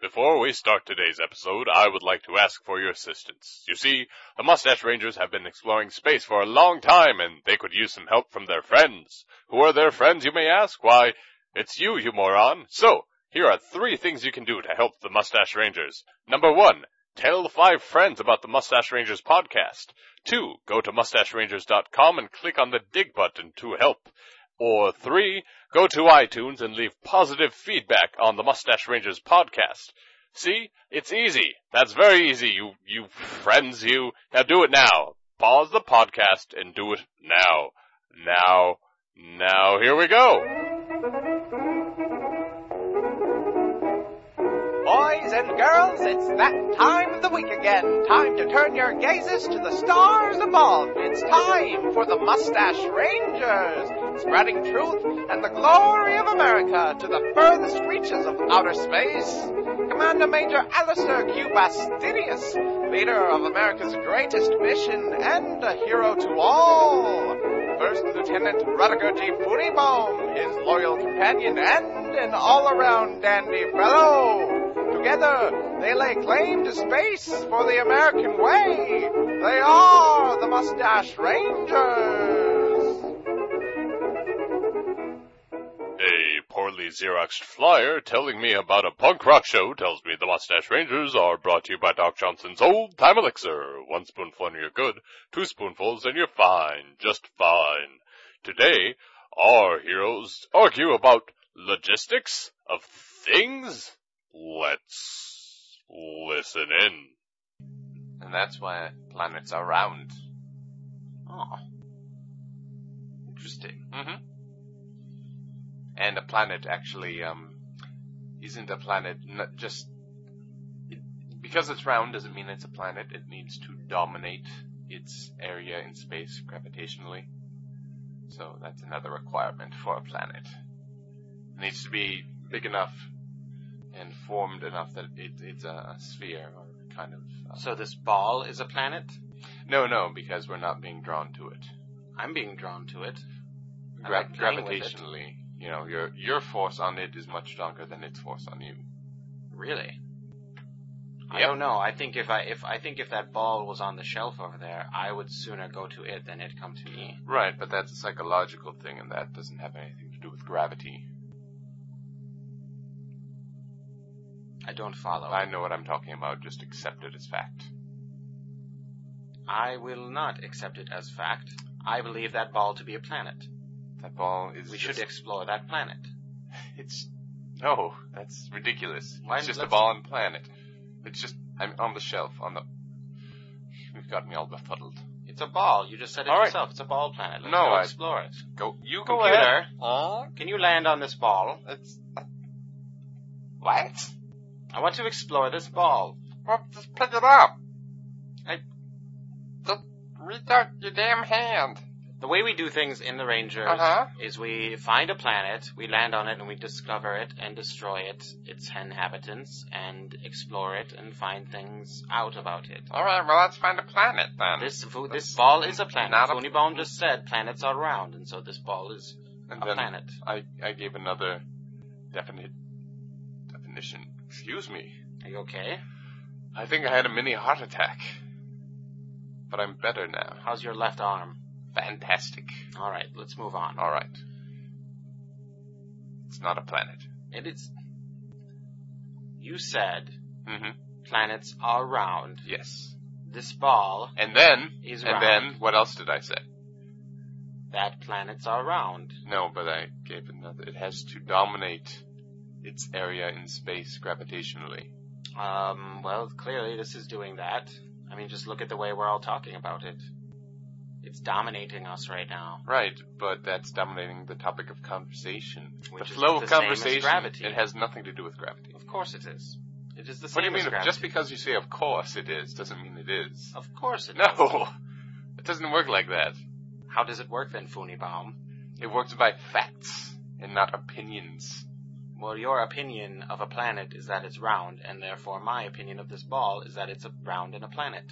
Before we start today's episode, I would like to ask for your assistance. You see, the Mustache Rangers have been exploring space for a long time and they could use some help from their friends. Who are their friends, you may ask? Why, it's you, you moron. So, here are three things you can do to help the Mustache Rangers. Number one, tell five friends about the Mustache Rangers podcast. Two, go to mustacherangers.com and click on the dig button to help. Or three, go to iTunes and leave positive feedback on the Mustache Rangers podcast. See? It's easy. That's very easy, you, you friends, you. Now do it now. Pause the podcast and do it now. Now. Now, here we go. Boys and girls, it's that time of the week again. Time to turn your gazes to the stars above. It's time for the Mustache Rangers, spreading truth and the glory of America to the furthest reaches of outer space. Commander Major Alistair Q. Bastidius, leader of America's greatest mission and a hero to all. First Lieutenant Rutger G. Funibaum, his loyal companion and an all-around dandy fellow. Together, they lay claim to space for the American way. They are the Mustache Rangers. A poorly Xeroxed flyer telling me about a punk rock show tells me the Mustache Rangers are brought to you by Doc Johnson's Old Time Elixir. One spoonful and you're good, two spoonfuls and you're fine, just fine. Today, our heroes argue about logistics of things. Let's listen in. And that's why planets are round. Oh. Interesting. Mm-hmm. And a planet actually, um, isn't a planet n- just, it, because it's round doesn't mean it's a planet. It needs to dominate its area in space gravitationally. So that's another requirement for a planet. It needs to be big enough and formed enough that it, it's a sphere or kind of, uh, So this ball is a planet? no, no, because we're not being drawn to it. I'm being drawn to it. I Gra- like playing with it. gravitationally, you know, your your force on it is much stronger than its force on you. Really? I Yep. don't know. I think if I if I think if that ball was on the shelf over there, I would sooner go to it than it come to me. Right, but that's a psychological thing, and that doesn't have anything to do with gravity. I don't follow. I know what I'm talking about. Just accept it as fact. I will not accept it as fact. I believe that ball to be a planet. That ball is. We just- should explore that planet. It's no, that's ridiculous. Why it's just a let's- ball and planet. It's just I'm on the shelf on the. You've got me all befuddled. It's a ball. You just said it All right. yourself. It's a ball planet. Let's No, go I- explore it. Go, you go ahead. Computer, Oh, can you land on this ball? it's what? I want to explore this ball. Well, just pick it up. I- Just reach out your damn hand. The way we do things in the Rangers Uh-huh. is we find a planet, we land on it, and we discover it and destroy it, its inhabitants, and explore it and find things out about it. All right, well let's find a planet then. This vo- this That's ball is a planet. not a- Tony Baum just said planets are round, and so this ball is and a then planet. I I gave another definite definition. Excuse me. Are you okay? I think I had a mini heart attack, but I'm better now. How's your left arm? Fantastic. All right, let's move on. All right. It's not a planet. It is. You said Mm-hmm. planets are round. Yes. This ball And then is and round. then what else did I say? that planets are round. No, but I gave another. It has to dominate its area in space gravitationally. Um, well, clearly this is doing that. I mean, just look at the way we're all talking about it. It's dominating us right now. Right, but that's dominating the topic of conversation. Which the is flow the of same as conversation. gravity. It has nothing to do with gravity. Of course it is. It is the What same do you mean? as if- gravity. Just because you say "of course" it is doesn't mean it is. Of course it is. No, it doesn't work like that. How does it work then, Funibaum? It works by facts and not opinions. Well, your opinion of a planet is that it's round, and therefore my opinion of this ball is that it's a round and a planet.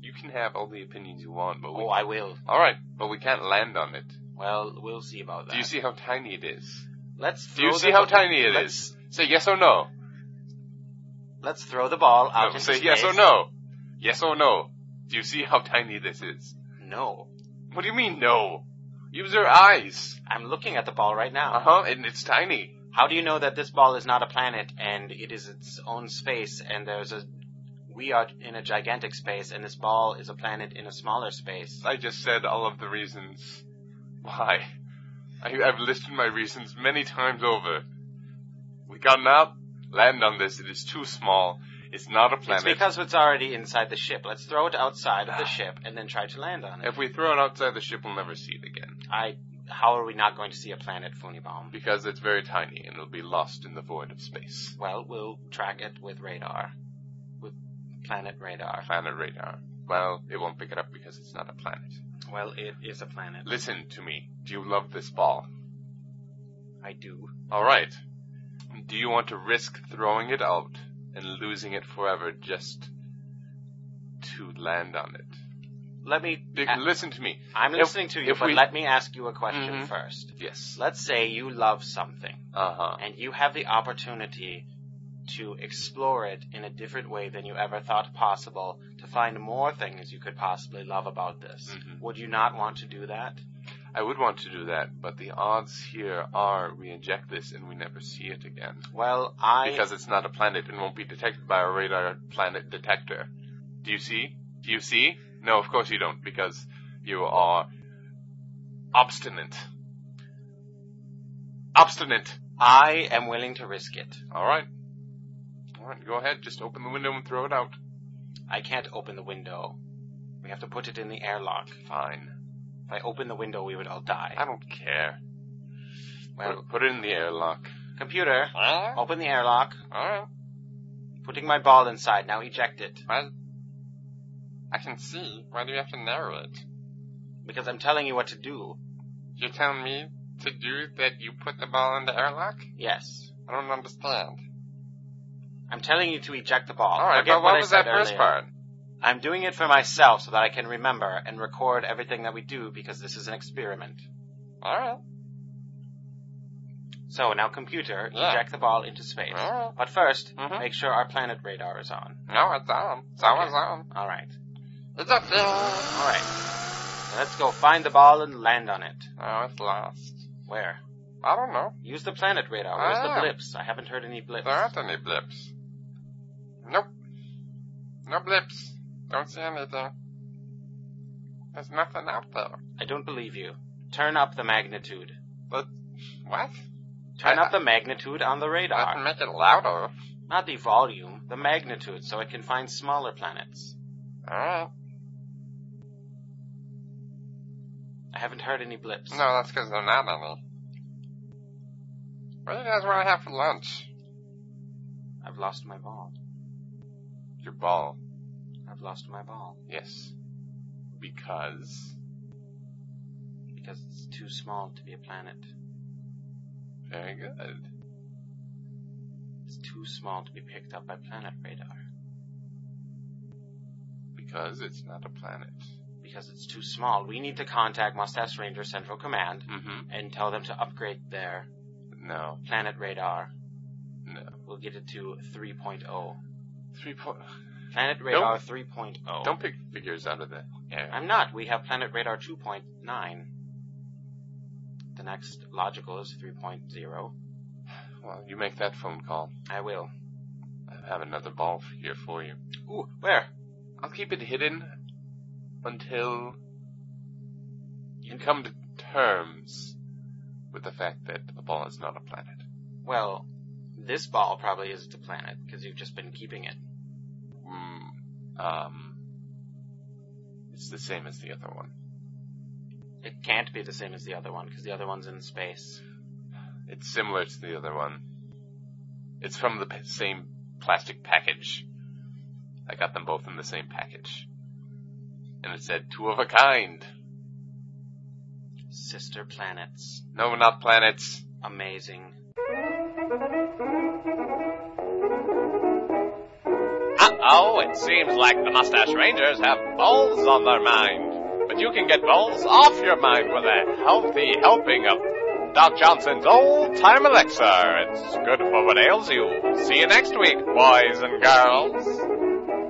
You can have all the opinions you want, but we Oh, I will. all right, but we can't land on it. Well, we'll see about that. Do you see how tiny it is? Let's. Do you throw see the- how tiny it let's- is? Say yes or no. Let's throw the ball out No, Um, into Oh, say space. yes or no. Yes or no. Do you see how tiny this is? No. What do you mean no? Use your eyes. I'm looking at the ball right now. Uh huh, and it's tiny. How do you know that this ball is not a planet and it is its own space and there's a we are in a gigantic space and this ball is a planet in a smaller space? I just said all of the reasons why. I, I've listed my reasons many times over. We got up, land on this. It is too small. It's not a It's planet. because it's already inside the ship. Let's throw it outside of the ship and then try to land on it. if we throw it outside the ship, we'll never see it again I how are we not going to see a planet, Funibom? because it's very tiny and it'll be lost in the void of space. Well, we'll track it with radar. With planet radar. Planet radar. Well, it won't pick it up because it's not a planet. Well, it is a planet. Listen to me. Do you love this ball? I do. All right. Do you want to risk throwing it out and losing it forever just to land on it? Let me Dick, a- listen to me. I'm if- listening to you, if but we- let me ask you a question Mhm. first. Yes. Let's say you love something. Uh huh. and you have the opportunity to explore it in a different way than you ever thought possible to find more things you could possibly love about this. Mhm. Would you not want to do that? I would want to do that, but the odds here are we inject this and we never see it again. Well, I Because it's not a planet and won't be detected by a radar planet detector. Do you see? Do you see? No, of course you don't, because you are obstinate. Obstinate! I am willing to risk it. Alright. Alright, go ahead. Just open the window and throw it out. I can't open the window. We have to put it in the airlock. Fine. If I open the window, we would all die. I don't care. Well, Put- put it in the airlock. computer, Alright. open the airlock. Alright. Putting my ball inside. Now eject it. Well, I can see. Why do you have to narrow it? Because I'm telling you what to do. You're telling me to do that you put the ball in the airlock? Yes. I don't understand. I'm telling you to eject the ball. Alright, Forget but what what I was said that first earlier. part? I'm doing it for myself so that I can remember and record everything that we do because this is an experiment. Alright. So now, computer, Yeah. eject the ball into space. Alright. But 1st Mhm. make sure our planet radar is on. No, it's on. It's always on. All right, It's up there. Alright. Now let's go find the ball and land on it. Now Oh, it's lost. Where? I don't know. Use the planet radar. Where's Ah. the blips? I haven't heard any blips. There aren't any blips. Nope. No blips. Don't see anything. There's nothing out there. I don't believe you. Turn up the magnitude. But what? Turn I- Uh-huh. up the magnitude on the I can radar. make it louder. Not the volume, the magnitude, so it can find smaller planets. Alright. I haven't heard any blips. No, that's because they're not any. What do you guys want to have for lunch? I've lost my ball. Your ball. I've lost my ball. Yes. Because. because it's too small to be a planet. Very good. It's too small to be picked up by planet radar Because it's not a planet. because it's too small. We need to contact Mustache Ranger Central Command Mm-hmm. and tell them to upgrade their No. planet radar. No. We'll get it to 3.0. Three point. Planet radar 3.0. Don't pick figures out of the air. I'm not. We have planet radar 2.9. The next logical is 3.0. Well, you make that phone call. I will. I have another ball here for you. Ooh, where? I'll keep it hidden until you come to terms with the fact that a ball is not a planet. Well, this ball probably is the planet because you've just been keeping it. Mm, um, it's the same as the other one. It can't be the same as the other one because the other one's in space. It's similar to the other one. It's from the p- same plastic package. I got them both in the same package. And it said two of a kind. Sister planets. No, not planets. Amazing. Uh-oh, it seems like the Mustache Rangers have balls on their mind. But you can get balls off your mind with a healthy helping of Doc Johnson's Old Time Elixir. It's good for what ails you. See you next week, boys and girls.